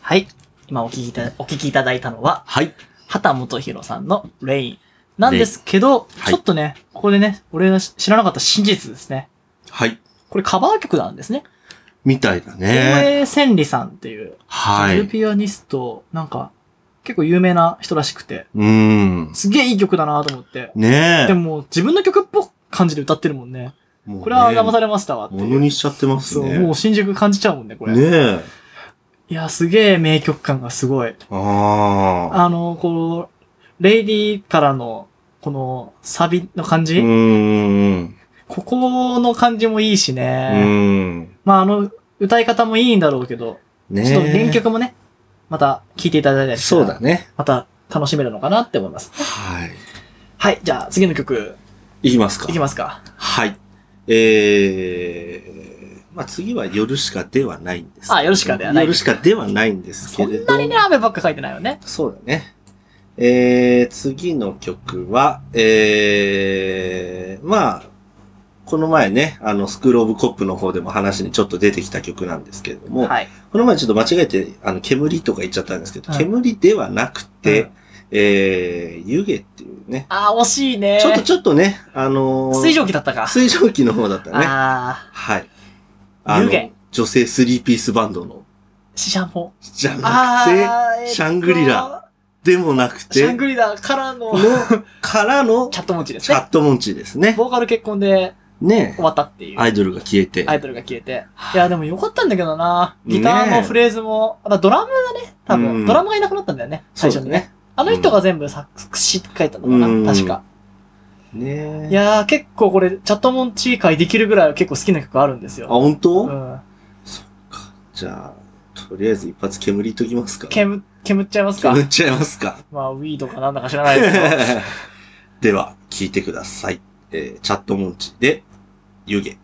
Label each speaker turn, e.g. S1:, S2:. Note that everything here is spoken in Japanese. S1: はい。今お聞きいた、お聞きいただいたのは、
S2: はい。
S1: 畑元博さんのレインなんですけど、
S2: はい
S1: ちょっとね、ここでね、俺が知らなかった真実ですね。
S2: はい。
S1: これカバー曲なんですね。
S2: みたいだね。
S1: 大江千里さんっていう、
S2: は
S1: ジャズ
S2: い。
S1: ピアニスト、なんか、結構有名な人らしくて、
S2: うん。
S1: すげえいい曲だなと思って。で
S2: ねえ。
S1: ももう自分の曲っぽく感じで歌ってるもんね。
S2: もうね
S1: これは騙されましたわっていう。
S2: ものにしちゃってます
S1: そう、
S2: ね。
S1: もう新宿感じちゃうもんね、これ。
S2: ねえ。
S1: いや、すげえ名曲感がすごい。
S2: ああ。
S1: あの、こう、レイディーからの、この、サビの感
S2: う
S1: じ、
S2: ーん。
S1: ここの感じもいいし
S2: う
S1: ね。
S2: ーん。
S1: まあ、あの、歌い方もいいんだろうけど、
S2: ね
S1: ちょっと原曲もね、また聴いていただいたりした
S2: そう
S1: ら
S2: だね。
S1: また楽しめるのかなって思います。
S2: はい。
S1: はい、じゃあ次の曲、
S2: いきますか
S1: いき。ますか。
S2: はい。えー、まあ次は夜しかではないんですけど。
S1: あヨルシカではない
S2: 夜しかではないんですけ
S1: そ
S2: れ
S1: ん
S2: ど。
S1: なにね、雨ばっか書いてないよね。
S2: そうだね。えー、次の曲は、えー、まあ、この前ね、あの、スクールオブコップの方でも話にちょっと出てきた曲なんですけれども、
S1: はい。
S2: この前ちょっと間違えて、あの、煙とか言っちゃったんですけど、
S1: うん
S2: 煙ではなくて、
S1: うん
S2: えー、湯気っていうね、
S1: あー、惜しいね。
S2: ちょっとちょっとね、あのー
S1: 水蒸気だったか。
S2: 水蒸気の方だったね。
S1: あ
S2: はい。あの
S1: 湯気。
S2: 女性スリーピースバンドの、
S1: ー、シシャンポン。
S2: じゃなく
S1: あー、えっと
S2: シャングリラ。て、でもなく
S1: シャ
S2: て
S1: ン、グリラからの
S2: の、からの、
S1: チャットモンチです
S2: チャ
S1: ね。
S2: ットモンチーですね。
S1: ボーカル結婚で
S2: ね
S1: 終わったっていう。
S2: アイドルが消えて。
S1: アイドルが消えて。いや、でもよかったんだけどな。ギター
S2: ね
S1: の
S2: え
S1: フレーズも、まあドラムがね、多
S2: う
S1: 分、
S2: ん
S1: ドラムがいなくなったんだよね、最
S2: そうだ
S1: 初にね。
S2: ね。
S1: あの人が全部作詞って書いたのか
S2: うん
S1: な、確か。
S2: ね
S1: いやー、結構これ、チャットモンチー会できるぐらい結構好きな曲あるんです
S2: あ、
S1: よ。
S2: 本当、
S1: うん。
S2: じゃあ、とりあえず一発煙いときますか。
S1: 煙、煙っちゃいますか
S2: 煙っちゃいますか。
S1: まあ、ウィードかなんだか知らない ですけど。
S2: では、聞いてください。えーチャットモンチーで、湯気。